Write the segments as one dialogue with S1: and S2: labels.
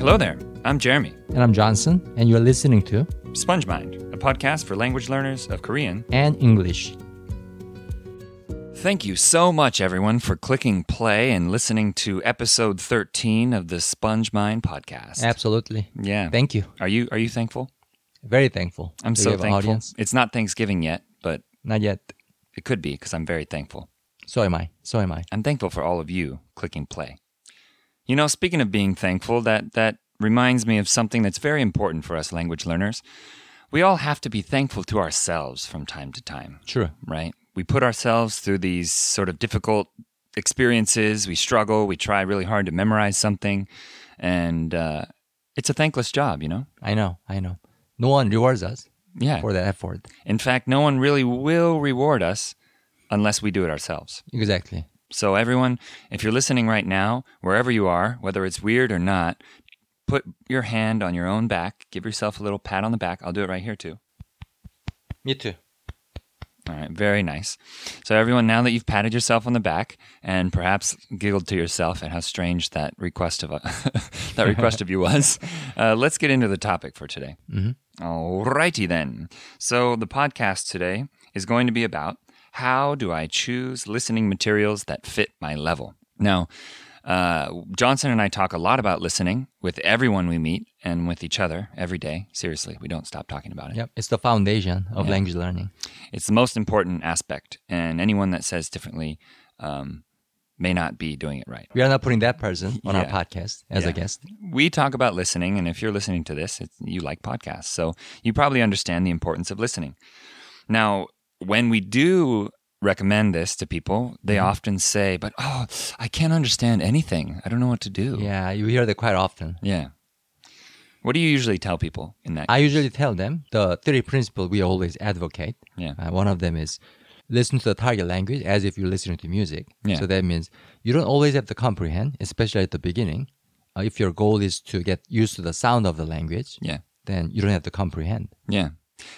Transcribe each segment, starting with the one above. S1: Hello there. I'm Jeremy,
S2: And I'm Johnson, and you're listening to
S1: Sponge Mind, a podcast for language learners of Korean.
S2: And English.
S1: Thank you so much, everyone, for clicking play and listening to episode 13 of the Sponge Mind podcast.
S2: Absolutely.
S1: Yeah.
S2: Thank you.
S1: Are you are you thankful?
S2: Very thankful.
S1: I'm
S2: that
S1: so
S2: you have an
S1: thankful.
S2: Audience.
S1: It's not Thanksgiving yet, but
S2: Not yet.
S1: it could be because I'm very thankful.
S2: So am I. So am I.
S1: I'm thankful for all of you clicking play. You know, speaking of being thankful, that that reminds me of something that's very important for us language learners. We all have to be thankful to ourselves from time to time.
S2: True.
S1: right? We put ourselves through these sort of difficult experiences. We struggle. We try really hard to memorize something, and uh, it's a thankless job, you know.
S2: I know. I know. No one rewards us
S1: Yeah.
S2: for that effort.
S1: In fact, no one really will reward us unless we do it ourselves.
S2: Exactly.
S1: So, everyone, if you're listening right now, wherever you are, whether it's weird or not, put your hand on your own back. Give yourself a little pat on the back. I'll do it right here too.
S2: Me too.
S1: All right, very nice. So, everyone, now that you've patted yourself on the back and perhaps giggled to yourself at how strange that request of that request of you was, uh, let's get into the topic for today.
S2: Mhm.
S1: All righty then. So, the podcast today is going to be about how do I choose listening materials that fit my level. Now, uh, Johnson and I talk a lot about listening with everyone we meet and with each other every day. Seriously, we don't stop talking about it.
S2: Yep. It's the foundation of language learning.
S1: It's the most important aspect, and anyone that says differently um, may not be doing it right.
S2: We are not putting that person on
S1: Yeah.
S2: our podcast as
S1: Yeah.
S2: a guest.
S1: We talk about listening, and if you're listening to this, it's, you like podcasts, so you probably understand the importance of listening. Now, when we do recommend this to people, they
S2: Mm-hmm.
S1: often say, "But oh, I can't understand anything. I don't know what to do."
S2: Yeah. You hear that quite often.
S1: Yeah. What do you usually tell people in that?
S2: I usually tell them the three principles we always advocate.
S1: Yeah.
S2: Uh, one of them is listen to the target language as if you're listening to music.
S1: Yeah.
S2: So that means you don't always have to comprehend, especially at the beginning. Uh, if your goal is to get used to the sound of the language,
S1: yeah.
S2: then you don't have to comprehend.
S1: Yeah.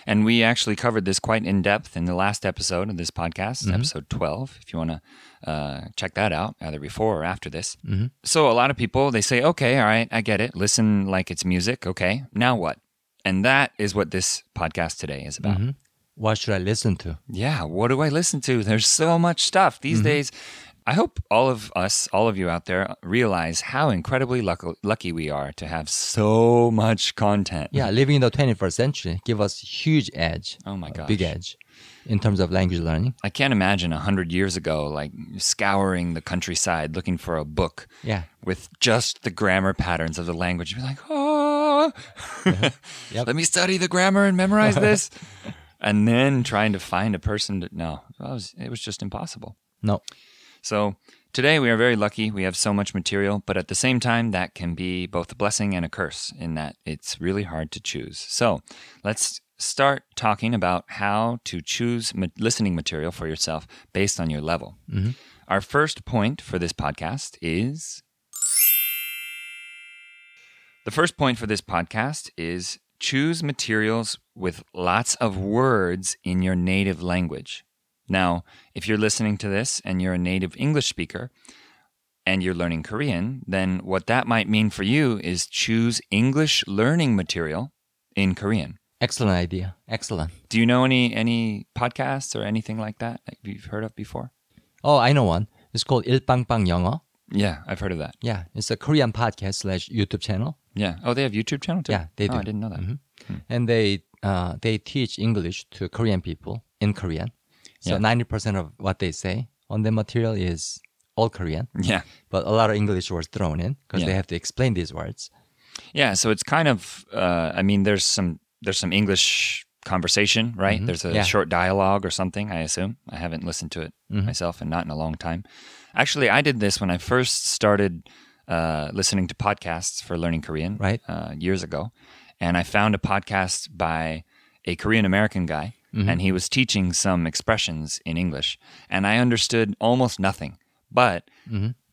S1: And we actually covered this quite in depth in the last episode of this podcast, episode 12, if you want to uh, check that out, either before or after this. Mm-hmm. So, a lot of people, they say, okay, all right, I get it. Listen like it's music. Okay, now what? And that is what this podcast today is about.
S2: What should I listen to?
S1: Yeah, what do I listen to? There's so much stuff these days. I hope all of us, all of you out there, realize how incredibly luck- lucky we are to have so much content.
S2: Yeah, living in the 21st century give us huge edge.
S1: Oh my
S2: a
S1: gosh.
S2: Big edge in terms of language learning.
S1: I can't imagine a hundred years ago, like scouring the countryside looking for a book
S2: Yeah.
S1: with just the grammar patterns of the language. You'd be like, oh,
S2: Yep.
S1: let me study the grammar and memorize this. and then trying to find a person to, no, that was, it was just impossible.
S2: No.
S1: So today we are very lucky. We have so much material, but at the same time, that can be both a blessing and a curse in that it's really hard to choose. So let's start talking about how to choose ma- listening material for yourself based on your level. Our first point for this podcast is the first point for this podcast is choose materials with lots of words in your native language. Now, if you're listening to this and you're a native English speaker and you're learning Korean, then what that might mean for you is choose English learning material in Korean.
S2: Excellent idea. Excellent.
S1: Do you know any any podcasts or anything like that that you've heard of before?
S2: Oh, I know one. It's called 일빵빵 영어.
S1: Yeah, I've heard of that.
S2: Yeah, it's a Korean podcast slash YouTube channel.
S1: Yeah. Oh, they have YouTube channel too.
S2: Yeah, they
S1: Oh,
S2: do.
S1: I didn't know that.
S2: Mhm. and they uh, they teach English to Korean people in Korean.
S1: Yeah.
S2: So ninety percent of what they say on the material is all Korean,
S1: Yeah.
S2: but a lot of English words thrown in because
S1: Yeah.
S2: they have to explain these words.
S1: Yeah, so it's kind of uh, I mean there's some there's some English conversation, right? There's a
S2: Mm-hmm. Yeah.
S1: short dialogue or something, I assume. I haven't listened to it
S2: Mm-hmm.
S1: myself and not in a long time. Actually, I did this when I first started uh, listening to podcasts for learning Korean
S2: Right.
S1: uh, years ago. And I found a podcast by a Korean American guy,
S2: Mm-hmm.
S1: and he was teaching some expressions in English. And I understood almost nothing. But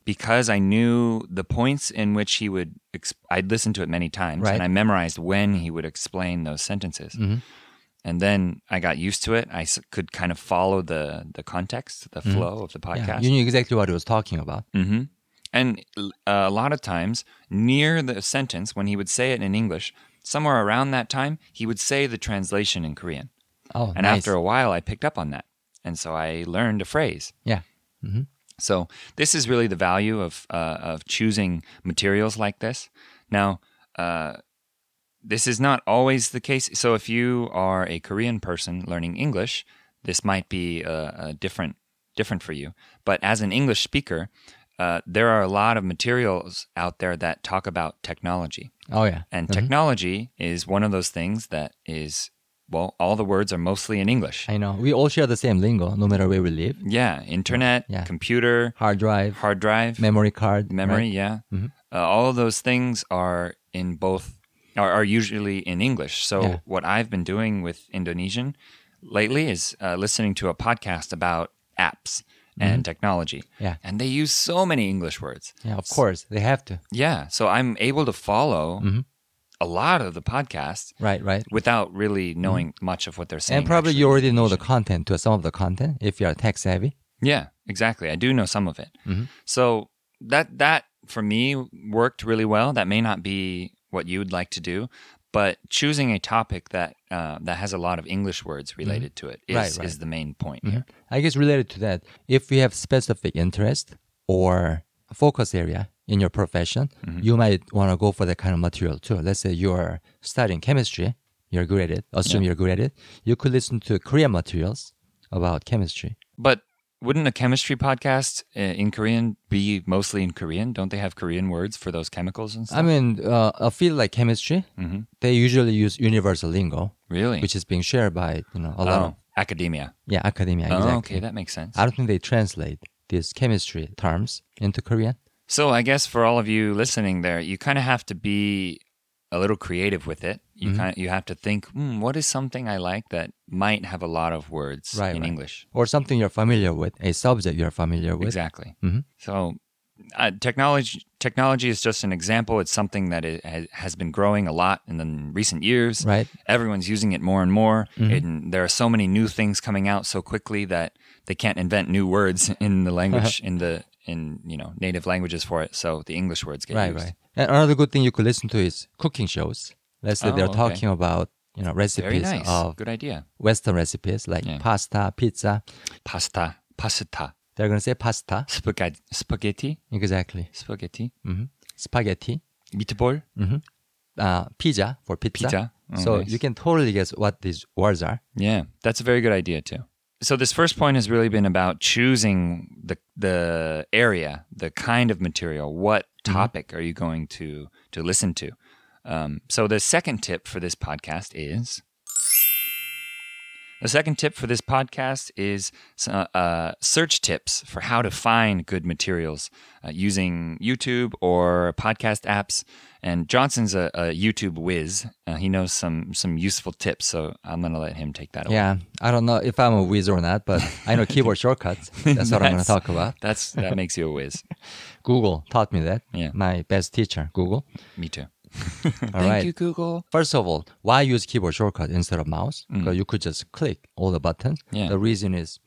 S1: because I knew the points in which he would, exp- I'd listened to it many times,
S2: Right.
S1: and
S2: Mm-hmm.
S1: I memorized when he would explain those sentences. And then I got used to it. I s- could kind of follow the the context, the flow of the
S2: Mm-hmm. Yeah,
S1: podcast.
S2: you knew exactly what he was talking about.
S1: hmm And uh, a lot of times, near the sentence, when he would say it in English, somewhere around that time, he would say the translation in Korean.
S2: Oh,
S1: And
S2: nice.
S1: after a while, I picked up on that. And so I learned a phrase.
S2: yeah,
S1: So this is really the value of uh, of choosing materials like this. Now, uh, this is not always the case. So if you are a Korean person learning English, this might be uh, uh, different different for you. But as an English speaker, uh, there are a lot of materials out there that talk about technology.
S2: oh yeah,
S1: And technology is one of those things that is, well, all the words are mostly in English.
S2: I know. We all share the same lingo, no matter where we live.
S1: Yeah, internet,
S2: Yeah.
S1: computer,
S2: Hard drive,
S1: hard drive,
S2: memory card,
S1: memory
S2: right? Mm-hmm.
S1: yeah uh, all of those things are in both are, are usually in english so
S2: Yeah.
S1: what i've been doing with indonesian lately is uh, listening to a podcast about apps and technology
S2: Mm-hmm. Yeah.
S1: and they use so many english words
S2: Yeah, of course they have to.
S1: yeah so i'm able to follow
S2: Mm-hmm.
S1: a lot of the podcast
S2: Right, right.
S1: without really knowing much of what they're saying
S2: Mm-hmm. And probably
S1: actually
S2: you
S1: in
S2: already know the
S1: Indonesian.
S2: content to some of the content if you are tech savvy.
S1: Yeah, exactly. I do know some of it.
S2: Mm-hmm.
S1: So that that for me worked really well. That may not be what you would like to do, but choosing a topic that uh, that has a lot of English words related to it is,
S2: Mm-hmm. Right, right.
S1: is the main point here.
S2: I guess related to that, if you have specific interest or focus area in your profession,
S1: Mm-hmm.
S2: you might want to go for that kind of material too. Let's say you are studying chemistry, you're good at it. Assume you're good at it. You could listen to Korean materials about chemistry.
S1: But wouldn't a chemistry podcast uh, in Korean be mostly in Korean? Don't they have Korean words for those chemicals and stuff?
S2: I mean, uh, a field like chemistry,
S1: Mm-hmm.
S2: they usually use universal lingo,
S1: really?
S2: which is being shared by you know a lot of
S1: oh, academia.
S2: yeah academia. Exactly.
S1: Oh, okay, that makes sense.
S2: I don't think they translate these chemistry terms into Korean.
S1: So I guess for all of you listening there, you kind of have to be a little creative with it. You
S2: Mm-hmm.
S1: kind you have to think, hmm, what is something I like that might have a lot of words
S2: Right,
S1: in
S2: right.
S1: English?
S2: or something you're familiar with, a subject you're familiar with. Mm-hmm.
S1: Exactly. So uh, technology technology is just an example. It's something that it has, has been growing a lot in the recent years.
S2: Right. Mm-hmm.
S1: Everyone's using it more and more, and there are so many new things coming out so quickly that they can't invent new words in the language in the in you know native languages for it. So the English words get
S2: Right,
S1: used.
S2: right. And another good thing you could listen to is cooking shows. Let's
S1: Oh,
S2: say they're
S1: okay.
S2: talking about you know
S1: Very
S2: recipes
S1: nice.
S2: of
S1: Good idea.
S2: Western recipes like pasta, pizza.
S1: Pasta, pasta,
S2: They're gonna say pasta,
S1: spaghetti, spaghetti,
S2: exactly.
S1: spaghetti,
S2: hmm Spaghetti,
S1: meatball,
S2: uh, pizza for pizza.
S1: Pizza. Oh,
S2: so
S1: nice.
S2: you can totally guess what these words are.
S1: Yeah, that's a very good idea too. So this first point has really been about choosing the the area, the kind of material, what topic are you going to to listen to. Um, so the second tip for this podcast is the second tip for this podcast is uh, uh, search tips for how to find good materials uh, using YouTube or podcast apps. And Johnson's a, a YouTube whiz; uh, he knows some some useful tips. So I'm going to let him take that away.
S2: Yeah, I don't know if I'm a whiz or not, but I know keyboard shortcuts. That's what I'm gonna
S1: That's-
S2: talk about.
S1: That's that makes you a whiz.
S2: Google taught me that.
S1: Yeah.
S2: My best teacher, Google.
S1: Me too.
S2: All right.
S1: Google.
S2: First of all, why use keyboard shortcut instead of mouse? Because you could just click all the buttons.
S1: Mm. Yeah.
S2: The reason is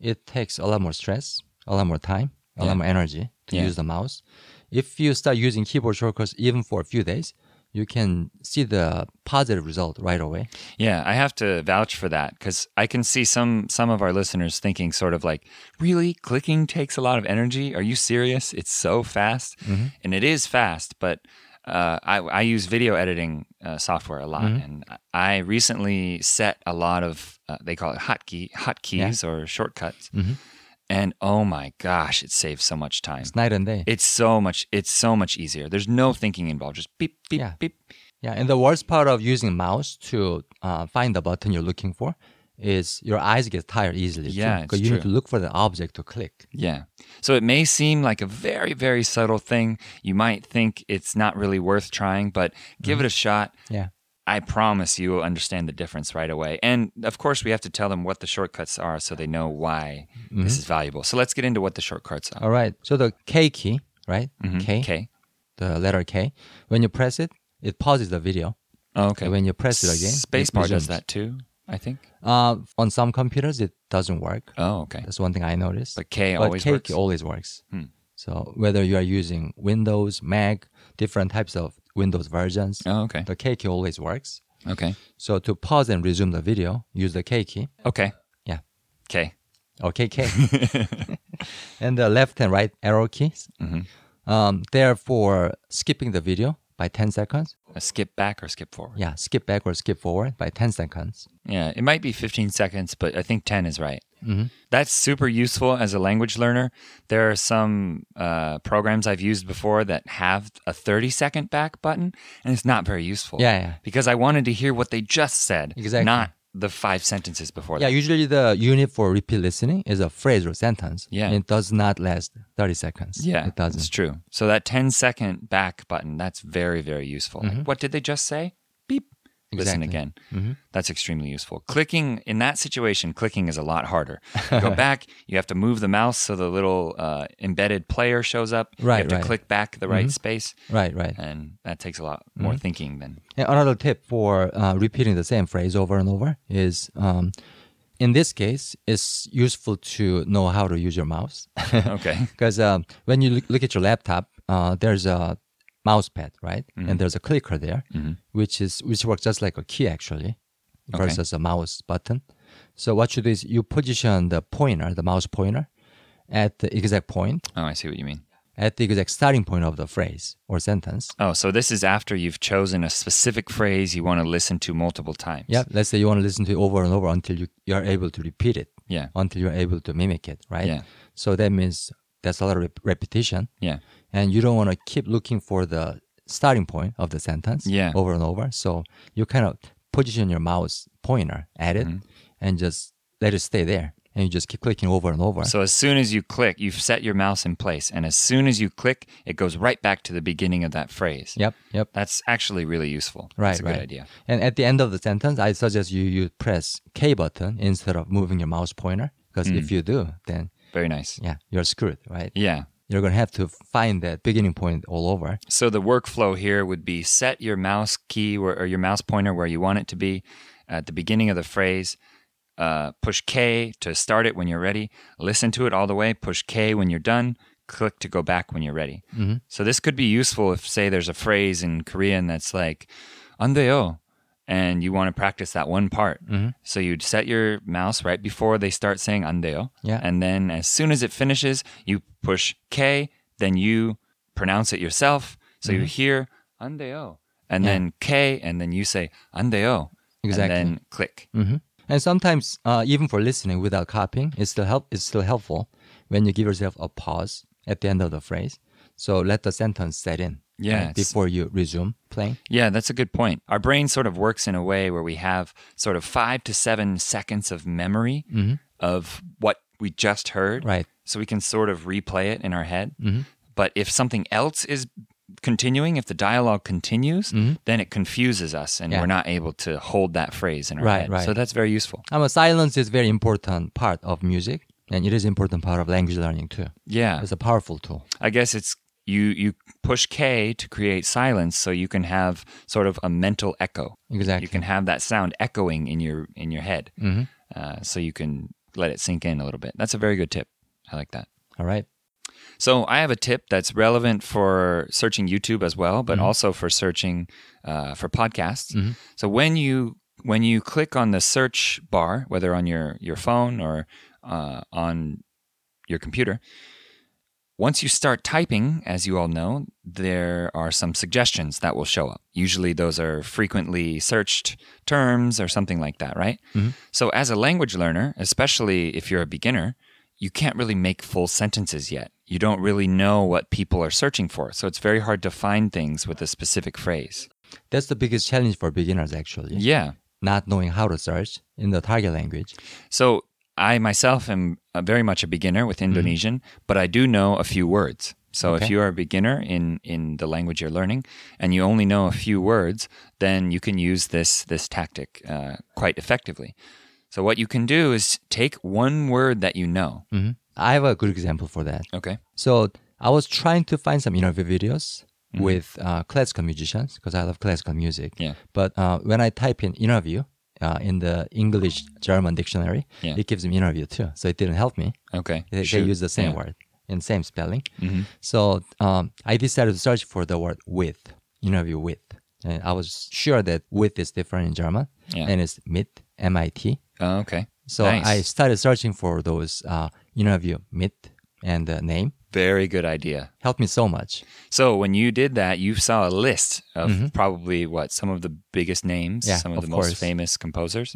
S2: it takes a lot more stress, a lot more time, a lot more energy to
S1: Yeah.
S2: use the mouse. If you start using keyboard shortcuts even for a few days, you can see the positive result right away.
S1: Yeah, I have to vouch for that because I can see some some of our listeners thinking sort of like, really, clicking takes a lot of energy. Are you serious? It's so fast, and it is fast. But uh, I, I use video editing uh, software a lot, and I recently set a lot of uh, they call it hotkey hotkeys or shortcuts, and oh my gosh, it saves so much time.
S2: It's night and day.
S1: It's so much. It's so much easier. There's no thinking involved. Just beep, beep,
S2: Yeah.
S1: beep.
S2: yeah. And the worst part of using mouse to uh, find the button you're looking for is your eyes get tired easily. too,
S1: Yeah, it's
S2: because you need to
S1: true.
S2: look for the object to click.
S1: Yeah. So it may seem like a very, very subtle thing. You might think it's not really worth trying, but give
S2: Mm-hmm.
S1: it a shot.
S2: Yeah.
S1: I promise you will understand the difference right away. And of course, we have to tell them what the shortcuts are so they know why
S2: Mm-hmm.
S1: this is valuable. So let's get into what the shortcuts are.
S2: All right. So the K key, right?
S1: Mm-hmm.
S2: K.
S1: Okay.
S2: the letter K. When you press it, it pauses the video.
S1: Oh, okay.
S2: And when you press it again, it
S1: Spacebar does
S2: resumes.
S1: that too, I think.
S2: Uh, on some computers, it doesn't work.
S1: Oh, okay.
S2: That's one thing I noticed.
S1: But K
S2: But
S1: always
S2: K
S1: works. Hmm.
S2: key always works. So whether you are using Windows, Mac, different types of Windows versions,
S1: Oh, okay.
S2: the K key always works.
S1: Okay.
S2: So to pause and resume the video, use the K key.
S1: Okay.
S2: Yeah.
S1: Okay.
S2: or KK. and the left and right arrow keys.
S1: Mm-hmm.
S2: Um, therefore, skipping the video by 10 seconds.
S1: A skip back or skip forward.
S2: Yeah, skip back or skip forward by 10 seconds.
S1: Yeah, it might be 15 seconds, but I think 10 is right.
S2: Mm-hmm.
S1: That's super useful as a language learner. There are some uh, programs I've used before that have a 30 second back button, and it's not very useful.
S2: Yeah, yeah.
S1: Because I wanted to hear what they just said,
S2: Exactly.
S1: not the five sentences before
S2: Yeah,
S1: that.
S2: usually the unit for repeat listening is a phrase or sentence.
S1: Yeah.
S2: And it does not last 30 seconds.
S1: Yeah,
S2: It
S1: It's
S2: doesn't.
S1: true. So that 10 second back button, that's very, very useful. Like, what did they just say? Beep. Listen
S2: Mm-hmm. Exactly. Mm-hmm.
S1: again. That's extremely useful. Clicking in that situation, clicking is a lot harder. You go back, you have to move the mouse so the little uh, embedded player shows up.
S2: Right,
S1: You have to
S2: right. Mm-hmm.
S1: click back the right space,
S2: Right, right.
S1: and that takes a lot
S2: Mm-hmm.
S1: more thinking than.
S2: And another tip for uh, repeating the same phrase over and over is um, in this case, it's useful to know how to use your mouse.
S1: Okay.
S2: Because um, when you look- look at your laptop, uh, there's a mouse pad, right?
S1: Mm-hmm.
S2: And there's a clicker there, which is which works just like a key actually,
S1: Okay.
S2: versus a mouse button. So what you do is you position the pointer, the mouse pointer, at the exact point,
S1: Oh, I see what you mean.
S2: at the exact starting point of the phrase or sentence.
S1: Oh, so this is after you've chosen a specific phrase you want to listen to multiple times.
S2: Yeah, let's say you want to listen to it over and over until you, you are able to repeat it,
S1: Yeah.
S2: until you're able to mimic it, right?
S1: Yeah.
S2: So that means that's a lot of rep- repetition.
S1: Yeah.
S2: and you don't want to keep looking for the starting point of the sentence
S1: Yeah.
S2: over and over. So you kind of position your mouse pointer at it
S1: Mm-hmm.
S2: and just let it stay there. And you just keep clicking over and over.
S1: So as soon as you click, you've set your mouse in place, and as soon as you click, it goes right back to the beginning of that phrase.
S2: yep, yep.
S1: That's actually really useful.
S2: Right,
S1: That's a
S2: right.
S1: good idea.
S2: And at the end of the sentence, I suggest you, you press K button instead of moving your mouse pointer. Because
S1: Mm.
S2: if you do, then
S1: Very nice.
S2: yeah, you're screwed, right?
S1: Yeah.
S2: You're going to have to find that beginning point all over.
S1: So the workflow here would be set your mouse key where, or your mouse pointer where you want it to be at the beginning of the phrase. Uh, push K to start it when you're ready. Listen to it all the way. Push K when you're done. Click to go back when you're ready.
S2: Mm-hmm.
S1: So this could be useful if, say, there's a phrase in Korean that's like "andeo," and you want to practice that one part.
S2: Mm-hmm.
S1: So you'd set your mouse right before they start saying "andeo,"
S2: Yeah.
S1: and then as soon as it finishes, you push K, then you pronounce it yourself. So you
S2: Mm-hmm.
S1: hear andeo, and then K, and then you say andeo,
S2: Exactly.
S1: and then click.
S2: hmm And sometimes, uh, even for listening without copying, it's still help. It's still helpful when you give yourself a pause at the end of the phrase. So let the sentence set in.
S1: Yeah, it's-
S2: before you resume playing.
S1: Yeah, that's a good point. Our brain sort of works in a way where we have sort of five to seven seconds of memory of what we just heard.
S2: Mm-hmm. Right. Mm-hmm.
S1: So we can sort of replay it in our head. But if something else is continuing, if the dialogue continues, then it confuses us and
S2: Mm-hmm. Yeah.
S1: we're not able to hold that phrase in our
S2: Right,
S1: head.
S2: right.
S1: So that's very useful.
S2: I mean, silence is very important part of music, and it is important part of language learning too.
S1: Yeah.
S2: It's a powerful tool.
S1: I guess it's you you push K to create silence so you can have sort of a mental echo.
S2: Exactly. Mm-hmm.
S1: You can have that sound echoing in your in your head, uh, so you can let it sink in a little bit. That's a very good tip. I like that.
S2: All right.
S1: So I have a tip that's relevant for searching YouTube as well, but also for searching uh, for podcasts. So when you when you click on the search bar, whether on your your phone or uh, on your computer, once you start typing, as you all know, there are some suggestions that will show up. Usually, those are frequently searched terms or something like that, right? So, as a language learner, especially if you're a beginner, you can't really make full sentences yet. You don't really know what people are searching for. So, it's very hard to find things with a specific phrase.
S2: That's the biggest challenge for beginners actually.
S1: Yeah.
S2: Not knowing how to search in the target language.
S1: So, I myself am uh, very much a beginner with Indonesian, but I do know a few words. So, if
S2: Okay.
S1: you are a beginner in, in the language you're learning and you only know a few words, then you can use this, this tactic uh, quite effectively. So, what you can do is take one word that you know.
S2: hmm I have a good example for that.
S1: Okay.
S2: So I was trying to find some interview videos with uh, classical musicians because I love classical music.
S1: Mm-hmm. Yeah.
S2: But uh, when I type in interview uh, in the English German dictionary,
S1: Yeah.
S2: it gives me interview too. So it didn't help me.
S1: Okay.
S2: They, they
S1: Shoot.
S2: use the same
S1: Yeah. Mm-hmm.
S2: word. and same spelling. So um, I decided to search for the word with, interview with. And I was sure that with is different in German
S1: Yeah.
S2: and it's mit, M-I-T.
S1: Oh, okay.
S2: So
S1: Nice.
S2: I started searching for those uh, interview mit and the name.
S1: Very good idea.
S2: Helped me so much.
S1: So when you did that, you saw a list of probably what some of the biggest names,
S2: Mm-hmm. Yeah,
S1: some of,
S2: of
S1: the most
S2: course. Mm-hmm.
S1: famous composers.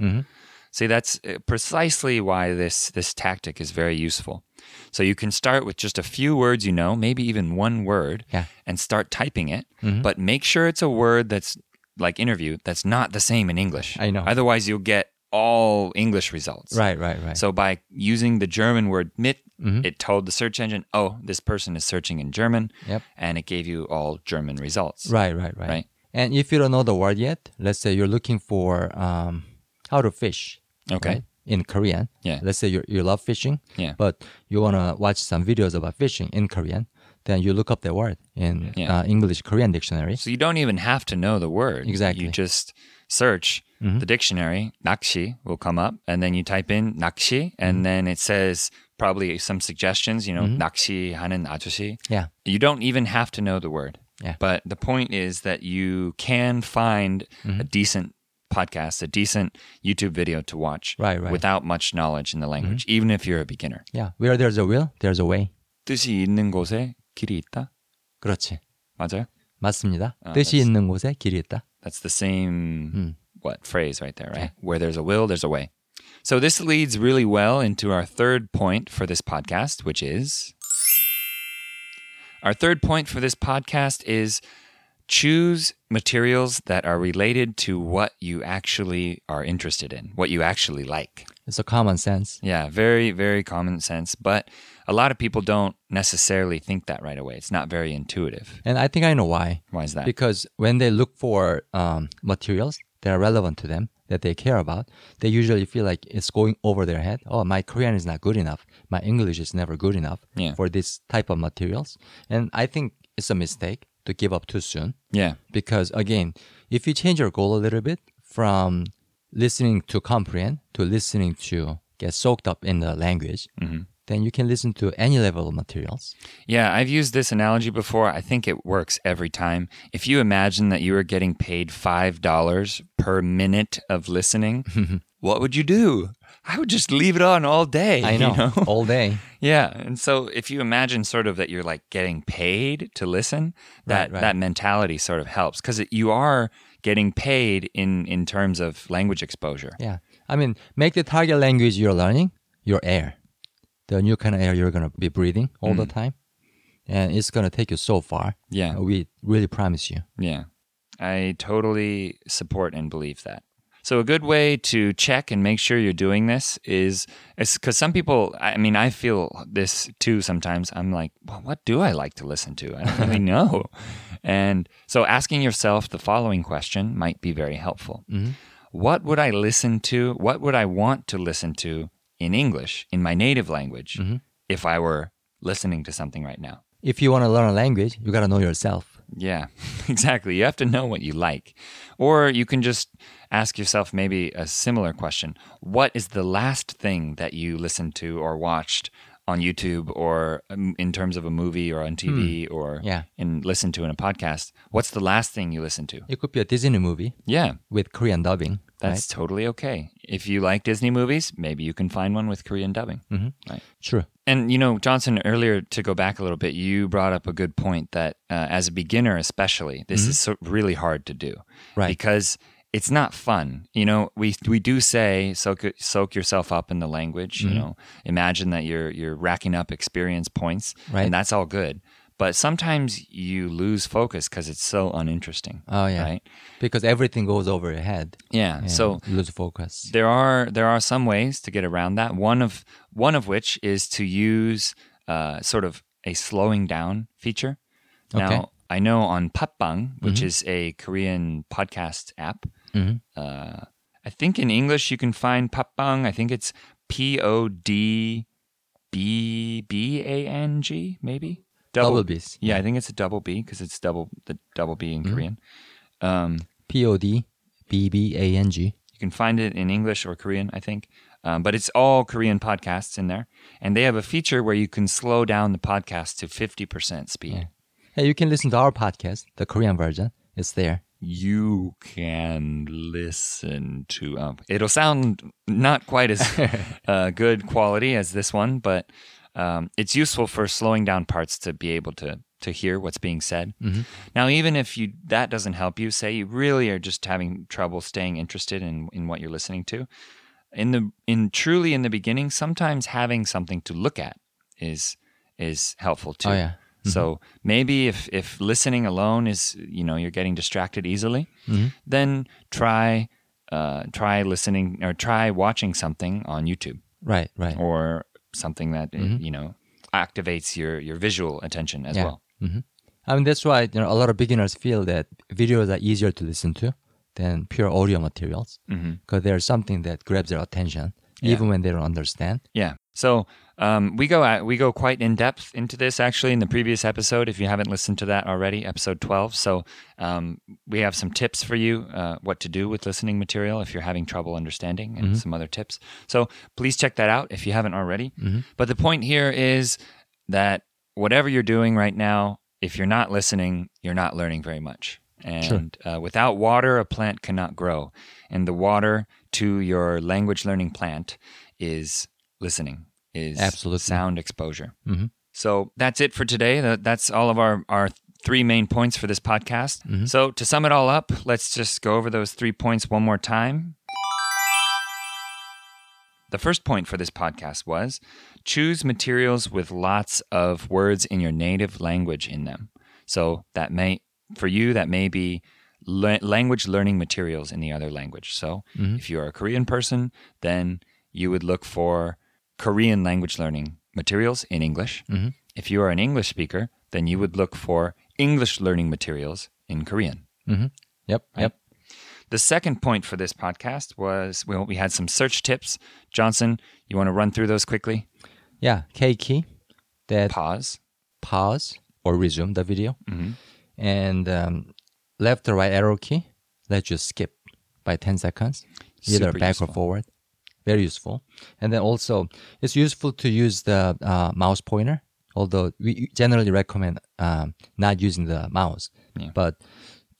S1: See, that's uh, precisely why this this tactic is very useful. So you can start with just a few words you know, maybe even one word,
S2: Yeah. Mm-hmm.
S1: and start typing it. But make sure it's a word that's like interview that's not the same in English.
S2: I know.
S1: Otherwise, you'll get all English results.
S2: Right, right, right.
S1: So by using the German word mit,
S2: Mm-hmm.
S1: it told the search engine, "Oh, this person is searching in German."
S2: Yep.
S1: And it gave you all German results.
S2: Right, right, right,
S1: Right.
S2: And if you don't know the word yet, let's say you're looking for um, how to fish.
S1: Okay.
S2: right, In Korean.
S1: Yeah.
S2: Let's say you you love fishing.
S1: Yeah.
S2: But you wanna watch some videos about fishing in Korean, then you look up the word in
S1: Yeah.
S2: uh, English Korean dictionary.
S1: So you don't even have to know the word.
S2: Exactly. Mm-hmm.
S1: You just search the dictionary, nakshi will come up, and then you type in nakshi,
S2: Mm-hmm.
S1: and then it says probably some suggestions, you know, nakshi 하는 아저씨.
S2: Yeah.
S1: You don't even have to know the word.
S2: Yeah.
S1: But the point is that you can find
S2: Mm-hmm.
S1: a decent podcast, a decent YouTube video to watch
S2: Right, right.
S1: without much knowledge in the language, even if you're a beginner.
S2: Yeah. Where there's a will, there's a way.
S1: 뜻이 있는 곳에 길이 있다.
S2: 그렇지.
S1: 맞아요?
S2: 맞습니다.
S1: 아,
S2: 뜻이
S1: that's-
S2: 있는 곳에 길이 있다.
S1: That's the same what phrase right there, right? Where there's a will, there's a way. So this leads really well into our third point for this podcast, which is our third point for this podcast is choose materials that are related to what you actually are interested in, what you actually like.
S2: It's a common sense.
S1: Yeah, very, very common sense, but a lot of people don't necessarily think that right away. It's not very intuitive.
S2: And I think I know why.
S1: Why is that?
S2: Because when they look for um, materials that are relevant to them, that they care about, they usually feel like it's going over their head. Oh, my Korean is not good enough. My English is never good enough
S1: Yeah.
S2: for this type of materials. And I think it's a mistake to give up too soon.
S1: yeah.
S2: Because again, if you change your goal a little bit from listening to comprehend to listening to get soaked up in the language,
S1: Mm-hmm.
S2: then you can listen to any level of materials.
S1: Yeah, I've used this analogy before. I think it works every time. If you imagine that you were getting paid $5 per minute of listening, what would you do? I would just leave it on all day.
S2: I
S1: you
S2: know, all day.
S1: yeah. And so if you imagine sort of that you're like getting paid to listen, that
S2: Right, right.
S1: that mentality sort of helps cuz you are getting paid in in terms of language exposure.
S2: Yeah. I mean, make the target language you're learning your air, the new kind of air you're going to be breathing all the time. And it's going to take you so far.
S1: Mm. Yeah.
S2: We really promise you.
S1: Yeah. I totally support and believe that. So, a good way to check and make sure you're doing this is because some people, I mean, I feel this too sometimes. I'm like, well, what do I like to listen to? I don't really know. And so, asking yourself the following question might be very helpful What would I listen to? What would I want to listen to in English, in my native language, if I were listening to something right now?
S2: If you want to learn a language, you got to know yourself.
S1: Yeah, exactly. You have to know what you like. Or you can just ask yourself maybe a similar question What is the last thing that you listened to or watched on YouTube or um, in terms of a movie or on TV or
S2: Yeah.
S1: in, listened to in a podcast? What's the last thing you listened to?
S2: It could be a Disney movie
S1: Yeah,
S2: with Korean dubbing.
S1: that's totally okay. If you like Disney movies, maybe you can find one with Korean dubbing. Right.
S2: right? True.
S1: And you know, Johnson, earlier to go back a little bit, you brought up a good point that uh, as a beginner, especially, this is so, really hard to do,
S2: Mm-hmm. Right.
S1: Because it's not fun. You know, we we do say soak soak yourself up in the language.
S2: Mm-hmm.
S1: You know, imagine that you're you're racking up experience points,
S2: Right.
S1: And that's all good. But sometimes you lose focus because it's so uninteresting.
S2: Oh, yeah.
S1: right?
S2: Because everything goes over your head.
S1: Yeah.
S2: and
S1: So
S2: you lose focus.
S1: there are there are some ways to get around that. One of one of which is to use uh, sort of a slowing down feature.
S2: Okay. Mm-hmm.
S1: Now I know on Patbang, which is a Korean podcast app. Uh, I think in English you can find Patbang. I think it's P O D B B A N G maybe
S2: Double Bs.
S1: Yeah, I think it's a double B because it's double the double B
S2: Mm-hmm.
S1: in Korean. Um,
S2: P O D B B A N G.
S1: you can find it in English or Korean, I think. Um, but it's all Korean podcasts in there. And they have a feature where you can slow down the podcast to 50% speed.
S2: Hey, you can listen to our podcast, the Korean version. It's there.
S1: You can listen to. Um, it'll sound not quite as uh, good quality as this one, but um, it's useful for slowing down parts to be able to to hear what's being said. Now, even if you that doesn't help you, say you really are just having trouble staying interested in in what you're listening to. In the in truly in the beginning, sometimes having something to look at is is helpful too.
S2: Oh, yeah.
S1: So maybe if if listening alone is you know you're getting distracted easily,
S2: Mm-hmm.
S1: then try uh, try listening or try watching something on YouTube
S2: Right, right.
S1: or something that uh, you know activates your your visual attention as
S2: Mm-hmm.
S1: well.
S2: Yeah. I mean, that's why you know a lot of beginners feel that videos are easier to listen to than pure audio materials because there's something that grabs their attention even when they don't understand.
S1: Yeah. So um, we go at, we go quite in depth into this actually in the previous episode. If you haven't listened to that already, episode twelve. So um, we have some tips for you uh, what to do with listening material if you're having trouble understanding, and some other tips. So please check that out if you haven't already. But the point here is that whatever you're doing right now, if you're not listening, you're not learning very much. And uh, without water, a plant cannot grow. And the water to your language learning plant is listening, is
S2: Absolutely.
S1: sound exposure. So that's it for today. Tha- That's all of our, our three main points for this podcast. So to sum it all up, let's just go over those three points one more time. The first point for this podcast was choose materials with lots of words in your native language in them. So that may, for you, that may be le- language learning materials in the other language. So if you are a Korean person, then you would look for Korean language learning materials in English. If you are an English speaker, then you would look for English learning materials in Korean.
S2: Yep, yep.
S1: The second point for this podcast was well, we had some search tips. Johnson, you want to run through those quickly?
S2: Yeah, K key that
S1: Pause.
S2: pause or resume the video,
S1: Mm-hmm.
S2: and um, left or right arrow key lets you skip by 10 seconds, either
S1: Super
S2: back or
S1: useful.
S2: forward. Very useful. And then also, it's useful to use the uh, mouse pointer, although we generally recommend um, not using the mouse.
S1: Yeah.
S2: But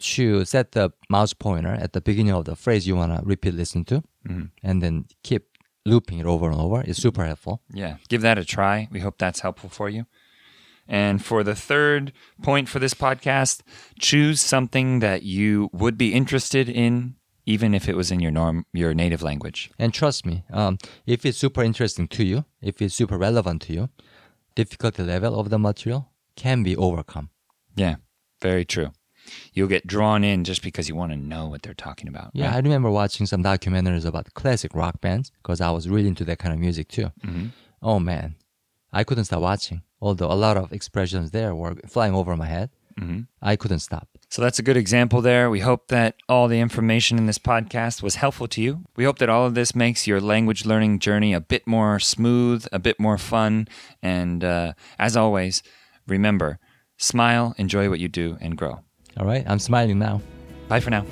S2: to set the mouse pointer at the beginning of the phrase you want to repeat listen to,
S1: Mm-hmm.
S2: and then keep looping it over and over is super helpful.
S1: Yeah, give that a try. We hope that's helpful for you. And for the third point for this podcast, choose something that you would be interested in, even if it was in your norm, your native language.
S2: And trust me, um, if it's super interesting to you, if it's super relevant to you, difficulty level of the material can be overcome.
S1: Yeah, very true. You'll get drawn in just because you want to know what they're talking about.
S2: Yeah,
S1: right?
S2: I remember watching some documentaries about classic rock bands because I was really into that kind of music too. Oh man, I couldn't stop watching. Although a lot of expressions there were flying over my head, I couldn't stop.
S1: So that's a good example there. We hope that all the information in this podcast was helpful to you. We hope that all of this makes your language learning journey a bit more smooth, a bit more fun. And uh, as always, remember smile, enjoy what you do, and grow.
S2: All right, I'm smiling now.
S1: Bye for now.